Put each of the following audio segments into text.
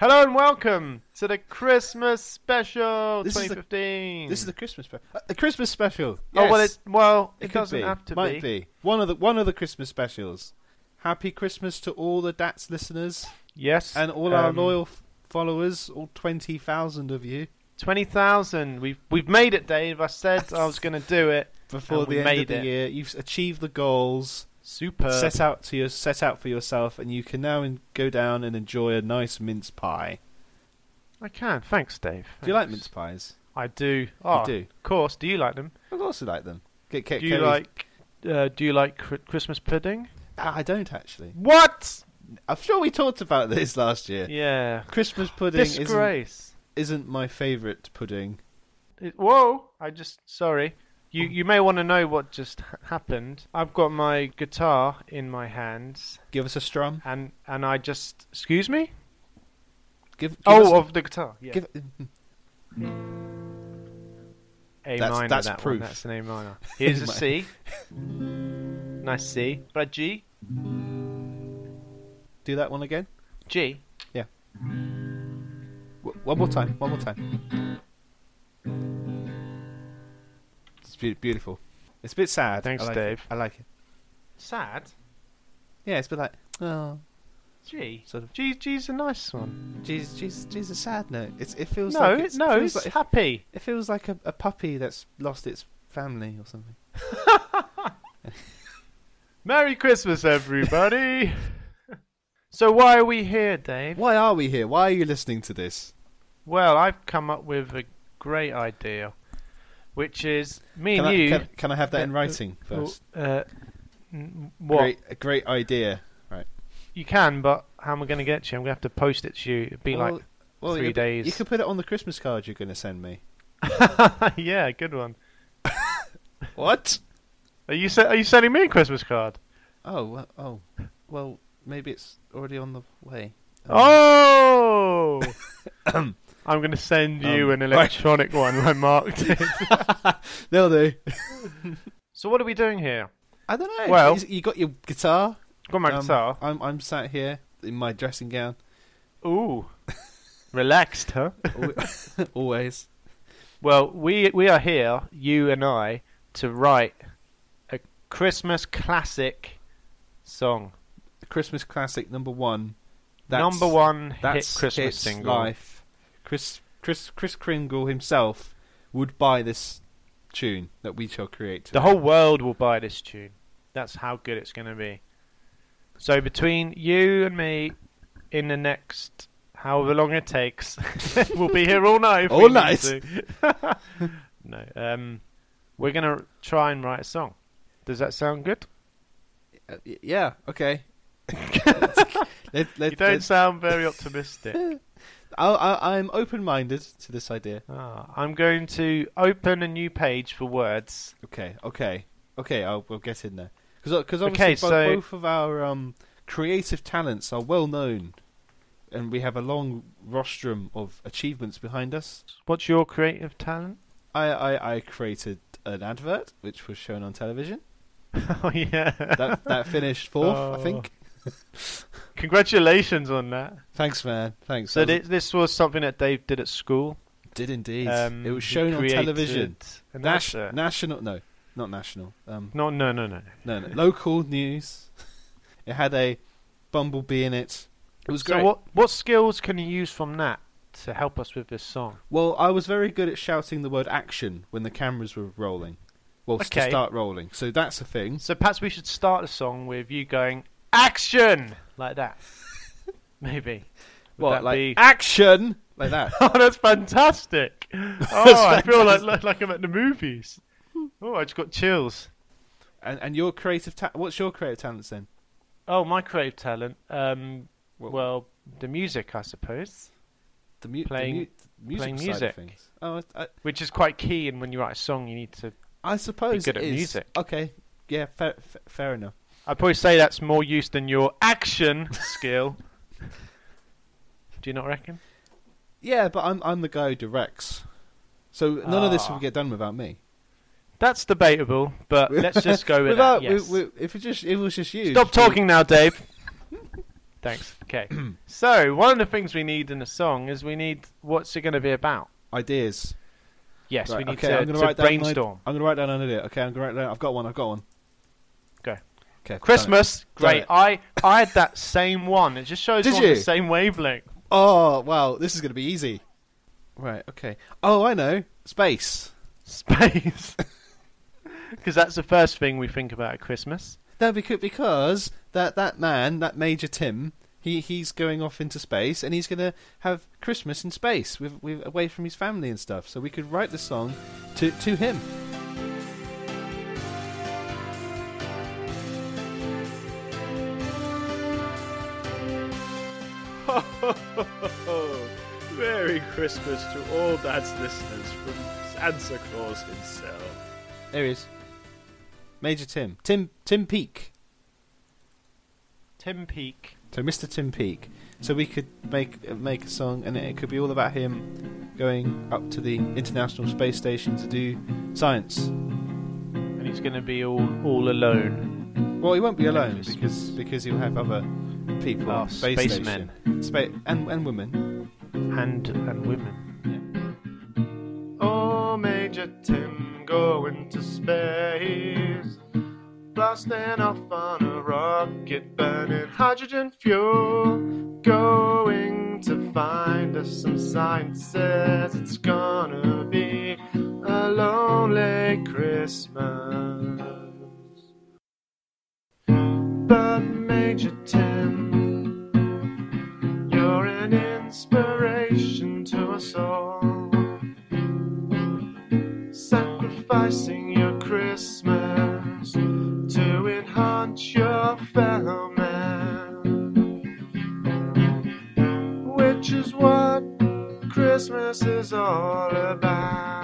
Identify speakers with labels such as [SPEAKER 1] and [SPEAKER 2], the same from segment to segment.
[SPEAKER 1] Hello and welcome to the Christmas special
[SPEAKER 2] This is the-
[SPEAKER 1] 2015.
[SPEAKER 2] This is the Christmas special. A Christmas special.
[SPEAKER 1] Hmm. Oh well,
[SPEAKER 2] yes.
[SPEAKER 1] it well
[SPEAKER 2] It
[SPEAKER 1] it,
[SPEAKER 2] could
[SPEAKER 1] doesn't
[SPEAKER 2] be.
[SPEAKER 1] have to
[SPEAKER 2] Might be. one of the one of the Christmas specials. Happy Christmas to all the Dats listeners
[SPEAKER 1] Yes,
[SPEAKER 2] and all our
[SPEAKER 1] um,
[SPEAKER 2] loyal f- followers, all twenty thousand of you.
[SPEAKER 1] twenty thousand. We've we've made it, Dave. I said I was going to do it
[SPEAKER 2] Before
[SPEAKER 1] and we
[SPEAKER 2] the end
[SPEAKER 1] made
[SPEAKER 2] of the
[SPEAKER 1] it.
[SPEAKER 2] year, you've achieved the goals
[SPEAKER 1] Super.
[SPEAKER 2] set out to your set out for yourself, and you can now in, go down and enjoy a nice mince pie.
[SPEAKER 1] I can. Thanks, Dave.
[SPEAKER 2] Do you like
[SPEAKER 1] Thanks.
[SPEAKER 2] mince pies?
[SPEAKER 1] I do. Oh,
[SPEAKER 2] do?
[SPEAKER 1] Of course. Do you like them?
[SPEAKER 2] I also like them. Get, get
[SPEAKER 1] do you like uh, Do you like cri- Christmas pudding?
[SPEAKER 2] Ah, I don't actually.
[SPEAKER 1] What?
[SPEAKER 2] I'm sure we talked about this last year.
[SPEAKER 1] Yeah.
[SPEAKER 2] Christmas pudding isn't,
[SPEAKER 1] Disgrace.
[SPEAKER 2] isn't my favourite pudding.
[SPEAKER 1] It- whoa! I just sorry. You you may want to know what just ha- happened. I've got my guitar in my hands,
[SPEAKER 2] Give us a strum.
[SPEAKER 1] and and I just excuse me.
[SPEAKER 2] Give, give us-
[SPEAKER 1] Oh, of the guitar. Yeah.
[SPEAKER 2] give,
[SPEAKER 1] A
[SPEAKER 2] That's-
[SPEAKER 1] minor.
[SPEAKER 2] that's
[SPEAKER 1] that one,
[SPEAKER 2] proof.
[SPEAKER 1] That's an A minor. Here's a
[SPEAKER 2] minor.
[SPEAKER 1] C. Nice C. But a G.
[SPEAKER 2] do that one again.
[SPEAKER 1] G.
[SPEAKER 2] W- one more time. One more time. It's beau- beautiful. It's a bit sad.
[SPEAKER 1] Thanks,
[SPEAKER 2] I like
[SPEAKER 1] Dave.
[SPEAKER 2] It. I like it.
[SPEAKER 1] Sad.
[SPEAKER 2] Yeah, it's a bit like oh,
[SPEAKER 1] G.
[SPEAKER 2] Sort of-
[SPEAKER 1] G. G's a nice one.
[SPEAKER 2] geez, geez, geez, a sad note. It's, it feels
[SPEAKER 1] No,
[SPEAKER 2] like
[SPEAKER 1] it-
[SPEAKER 2] it's,
[SPEAKER 1] no,
[SPEAKER 2] it feels
[SPEAKER 1] it's
[SPEAKER 2] like,
[SPEAKER 1] happy.
[SPEAKER 2] it feels like a, a puppy that's lost its family or something.
[SPEAKER 1] Merry Christmas, everybody. so why are we here, Dave?
[SPEAKER 2] Why are we here? Why are you listening to this?
[SPEAKER 1] Well, I've come up with a great idea, which is me
[SPEAKER 2] Can
[SPEAKER 1] and
[SPEAKER 2] I,
[SPEAKER 1] you.
[SPEAKER 2] can, can I have that in
[SPEAKER 1] Uh,
[SPEAKER 2] writing first?
[SPEAKER 1] Uh, n- what
[SPEAKER 2] Great, a great idea. Right.
[SPEAKER 1] you can, but how am I going to get to you? I'm going to have to post it to you. It'd be
[SPEAKER 2] Well-
[SPEAKER 1] like
[SPEAKER 2] well,
[SPEAKER 1] three
[SPEAKER 2] you-
[SPEAKER 1] days.
[SPEAKER 2] You could put it on the Christmas card you're going to send me.
[SPEAKER 1] yeah, good one.
[SPEAKER 2] What?
[SPEAKER 1] Are you se- are you sending me a Christmas card?
[SPEAKER 2] Oh, well, oh, well, maybe it's already on the way.
[SPEAKER 1] Oh, I'm going to send you
[SPEAKER 2] Um,
[SPEAKER 1] an
[SPEAKER 2] right.
[SPEAKER 1] electronic one. I marked it.
[SPEAKER 2] They'll do.
[SPEAKER 1] so what are we doing here?
[SPEAKER 2] I don't know.
[SPEAKER 1] Well-
[SPEAKER 2] Is- you got your guitar.
[SPEAKER 1] Got my
[SPEAKER 2] Um,
[SPEAKER 1] guitar.
[SPEAKER 2] I'm I'm sat here in my dressing gown,
[SPEAKER 1] Ooh, relaxed, huh?
[SPEAKER 2] al- always.
[SPEAKER 1] Well, we we are here, you and I, to write a Christmas classic song.
[SPEAKER 2] Christmas classic number one. That's-
[SPEAKER 1] Number one hit
[SPEAKER 2] That's
[SPEAKER 1] Christmas
[SPEAKER 2] hits
[SPEAKER 1] single.
[SPEAKER 2] Life. Chris Chris Chris Kringle himself would buy this tune that we shall create.
[SPEAKER 1] The
[SPEAKER 2] Today.
[SPEAKER 1] whole world will buy this tune. That's how good it's going to be. So between you and me, in the next however long it takes, we'll be here all night. if
[SPEAKER 2] All
[SPEAKER 1] we need
[SPEAKER 2] night.
[SPEAKER 1] to. no, um, we're going to try and write a song. Does that sound good?
[SPEAKER 2] Uh, y- yeah. Okay. let, let,
[SPEAKER 1] You don't
[SPEAKER 2] let,
[SPEAKER 1] sound very optimistic.
[SPEAKER 2] I, I, I'm open-minded to this idea.
[SPEAKER 1] Ah, I'm going to open a new page for words.
[SPEAKER 2] Okay, okay, okay. I'll we'll get in there because obviously
[SPEAKER 1] Okay,
[SPEAKER 2] bo-
[SPEAKER 1] so-
[SPEAKER 2] both of our um, creative talents are well known, and we have a long rostrum of achievements behind us.
[SPEAKER 1] What's your creative talent?
[SPEAKER 2] I I, I created an advert which was shown on television.
[SPEAKER 1] oh yeah.
[SPEAKER 2] That that finished fourth,
[SPEAKER 1] Oh.
[SPEAKER 2] I think.
[SPEAKER 1] Congratulations on that.
[SPEAKER 2] Thanks, man. Thanks.
[SPEAKER 1] So
[SPEAKER 2] That was-
[SPEAKER 1] thi- this was something that Dave did at school.
[SPEAKER 2] did indeed.
[SPEAKER 1] Um,
[SPEAKER 2] it was
[SPEAKER 1] he
[SPEAKER 2] shown on
[SPEAKER 1] created
[SPEAKER 2] television.
[SPEAKER 1] An
[SPEAKER 2] Nash-
[SPEAKER 1] advert.
[SPEAKER 2] national? No, not national. Um,
[SPEAKER 1] no, no, no, no.
[SPEAKER 2] no, no, local news. It had a bumblebee in it. It was great.
[SPEAKER 1] So what what skills can you use from that to help us with this song?
[SPEAKER 2] Well, I was very good at shouting the word action when the cameras were rolling. Well, to
[SPEAKER 1] Okay.
[SPEAKER 2] start rolling. So that's a thing.
[SPEAKER 1] So perhaps we should start the song with you going action like that. Maybe. Would
[SPEAKER 2] What,
[SPEAKER 1] that
[SPEAKER 2] like
[SPEAKER 1] be-
[SPEAKER 2] action? Like that.
[SPEAKER 1] Oh, that's fantastic! Oh, I feel like, like like I'm at the movies. Oh, I just got chills.
[SPEAKER 2] and, and your creative ta- what's your creative talents then?
[SPEAKER 1] Oh, my creative talent. Um,
[SPEAKER 2] Well,
[SPEAKER 1] well, the music, I suppose,
[SPEAKER 2] the mu-
[SPEAKER 1] playing-
[SPEAKER 2] the mu- music
[SPEAKER 1] playing
[SPEAKER 2] side
[SPEAKER 1] music.
[SPEAKER 2] of things. Oh, I, I,
[SPEAKER 1] which is quite key. And when you write a song, you need to.
[SPEAKER 2] I suppose
[SPEAKER 1] good
[SPEAKER 2] it
[SPEAKER 1] at
[SPEAKER 2] is.
[SPEAKER 1] music.
[SPEAKER 2] Okay, yeah, fair, fair, fair enough.
[SPEAKER 1] I'd probably say that's more use than your action skill. Do you not reckon?
[SPEAKER 2] Yeah, but I'm I'm the guy who directs, so none of this
[SPEAKER 1] Ah.
[SPEAKER 2] would get done without me.
[SPEAKER 1] That's debatable, but let's just go with
[SPEAKER 2] without,
[SPEAKER 1] that. Yes.
[SPEAKER 2] wi- wi- if it just if it was just you.
[SPEAKER 1] Stop
[SPEAKER 2] just-
[SPEAKER 1] talking now, Dave. Thanks. Okay. so one of the things we need in a song is we need what's it going to be about.
[SPEAKER 2] ideas.
[SPEAKER 1] Yes,
[SPEAKER 2] Right,
[SPEAKER 1] we need
[SPEAKER 2] okay,
[SPEAKER 1] to,
[SPEAKER 2] I'm gonna
[SPEAKER 1] to
[SPEAKER 2] write down an id-
[SPEAKER 1] brainstorm.
[SPEAKER 2] I'm gonna write down an idea. Okay, I'm gonna write down. I've got one. I've got one.
[SPEAKER 1] Go.
[SPEAKER 2] Okay. done it.
[SPEAKER 1] Christmas,
[SPEAKER 2] Done
[SPEAKER 1] great.
[SPEAKER 2] it.
[SPEAKER 1] I I had that same one. It just shows
[SPEAKER 2] Did
[SPEAKER 1] we're on
[SPEAKER 2] you?
[SPEAKER 1] the same wavelength.
[SPEAKER 2] Oh wow, this is gonna be easy. Right. Okay. Oh, I know. Space.
[SPEAKER 1] Space. Because that's the first thing we think about at Christmas.
[SPEAKER 2] No, because because that that man, that Major Tim, he he's going off into space and he's gonna have Christmas in space with with away from his family and stuff. So we could write the song to to him.
[SPEAKER 3] Merry Christmas to all Dad's listeners from Santa Claus himself.
[SPEAKER 2] There he is. Major Tim. Tim Tim Peak.
[SPEAKER 1] Tim Peak.
[SPEAKER 2] So Mr. Tim Peak. So we could make make a song, and it could be all about him going up to the International Space Station to do science.
[SPEAKER 1] And he's going to be all all alone.
[SPEAKER 2] Well, he won't be alone
[SPEAKER 1] Christmas.
[SPEAKER 2] because because he'll have other people,
[SPEAKER 1] Ah,
[SPEAKER 2] on the space
[SPEAKER 1] spacemen.
[SPEAKER 2] station. Spa- and and women.
[SPEAKER 1] And and women. Oh, Major Tim going to space. Blasting off on a rocket, burning hydrogen fuel. Going to find us some sciences. It's gonna be a lonely Christmas. But Major Tim, you're an inspiration to us all. Sacrificing your Christmas to enhance your fellow man, which is what Christmas is all about.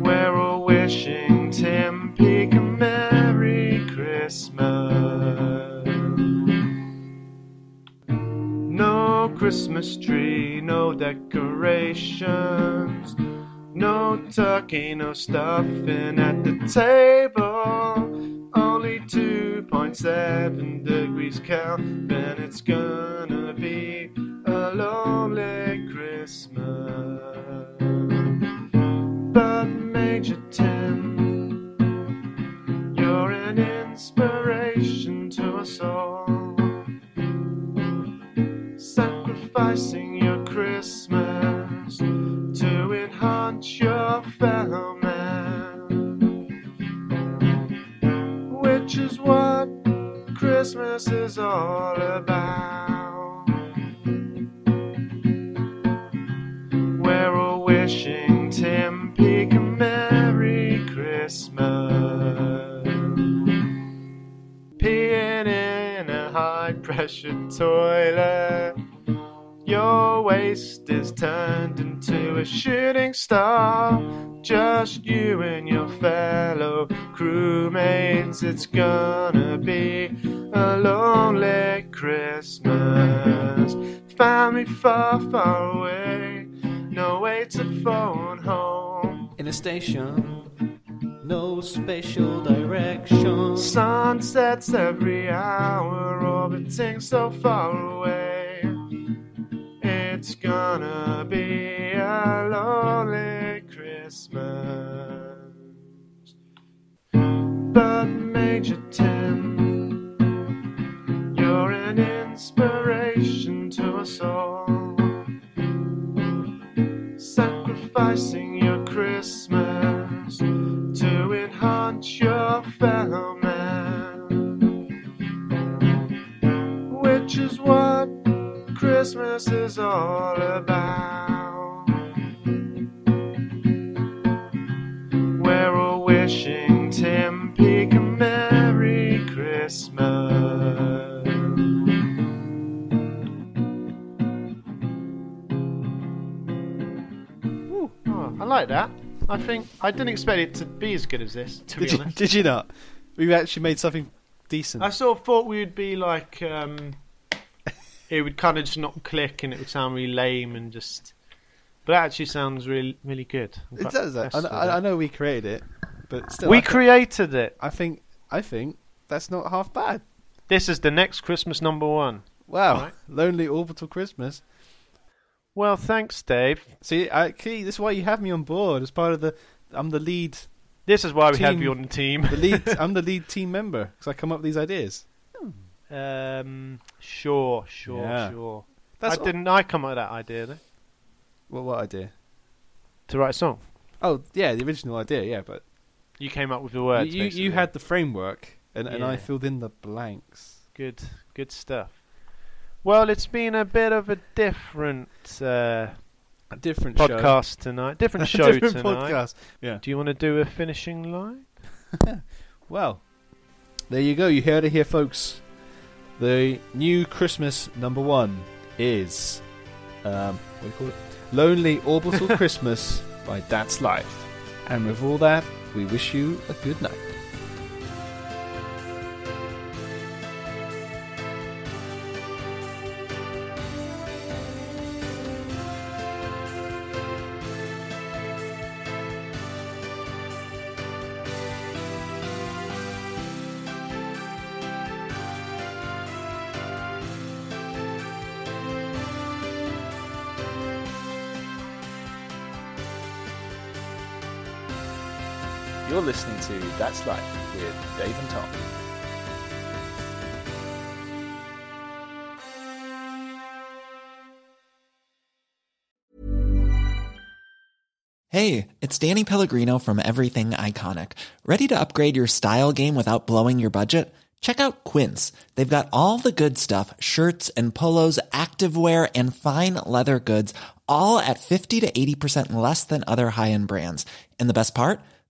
[SPEAKER 1] We're all wishing Tim Peake a Merry Christmas. No Christmas tree, no decorations, no turkey, no stuffing at the table. Only 2.7 degrees Kelvin, it's gonna be a lonely Christmas. But Major Tim, you're an inspiration to us all. Sacrificing your Christmas to enhance your fellow man, which is what Christmas is all about. We're all wishing Tim Peake a Merry Christmas. Peeing in a high pressure toilet. Your waist is turned into a shooting star. Just you and your fellow crewmates. It's gonna be a lonely Christmas. Family far, far away. No way to phone home.
[SPEAKER 2] In a station, no spatial direction.
[SPEAKER 1] Sun sets every hour, orbiting so far away. It's gonna be a lonely Christmas. But Major Tim, you're an inspiration to us all. Sacrificing your Christmas to enhance your fellow man, which is what Christmas is all about. We're all wishing Tim Peake a Christmas. Ooh, oh, I like that. I think I didn't expect it to be as good as this. To
[SPEAKER 2] Did
[SPEAKER 1] be
[SPEAKER 2] you,
[SPEAKER 1] honest,
[SPEAKER 2] did you not? We've actually made something decent.
[SPEAKER 1] I sort of thought we would be like, um, it would kind of just not click and it would sound really lame and just. But it actually sounds really, really good. I'm
[SPEAKER 2] it
[SPEAKER 1] quite
[SPEAKER 2] does. I,
[SPEAKER 1] impressed with
[SPEAKER 2] I, I
[SPEAKER 1] it.
[SPEAKER 2] know we created it, but still,
[SPEAKER 1] we
[SPEAKER 2] I,
[SPEAKER 1] created it.
[SPEAKER 2] I think I think that's not half bad.
[SPEAKER 1] This is the next Christmas number one.
[SPEAKER 2] Wow,
[SPEAKER 1] Right.
[SPEAKER 2] lonely orbital Christmas.
[SPEAKER 1] Well, thanks, Dave.
[SPEAKER 2] See, I, Key, this is why you have me on board as part of the. I'm the lead.
[SPEAKER 1] This is why we have
[SPEAKER 2] Team-
[SPEAKER 1] you on the team.
[SPEAKER 2] The lead. I'm the lead team member because I come up with these ideas.
[SPEAKER 1] Um, sure, sure,
[SPEAKER 2] Yeah.
[SPEAKER 1] sure.
[SPEAKER 2] That's
[SPEAKER 1] I didn't. I come up with that idea though,
[SPEAKER 2] Well, what idea?
[SPEAKER 1] to write a song.
[SPEAKER 2] Oh, yeah, the original idea. Yeah, but
[SPEAKER 1] You came up with the
[SPEAKER 2] you,
[SPEAKER 1] words.
[SPEAKER 2] you, you
[SPEAKER 1] basically.
[SPEAKER 2] had the framework, and, and I
[SPEAKER 1] Yeah.
[SPEAKER 2] filled in the blanks.
[SPEAKER 1] good, good stuff. Well, it's been a bit of a different uh,
[SPEAKER 2] A different show.
[SPEAKER 1] podcast tonight. Different show
[SPEAKER 2] different
[SPEAKER 1] tonight.
[SPEAKER 2] podcast. Yeah.
[SPEAKER 1] Do you want to do a finishing line?
[SPEAKER 2] Well, there you go. You heard it here, folks. The new Christmas number one is, um, what do you call it? Lonely Orbital Christmas by That's Life. And with all that, we wish you a good night. You're listening to That's Life with Dave and Tom.
[SPEAKER 4] Hey, it's Danny Pellegrino from Everything Iconic. Ready to upgrade your style game without blowing your budget? Check out Quince. They've got all the good stuff shirts and polos, activewear, and fine leather goods, all at 50 to 80% less than other high end brands. And the best part?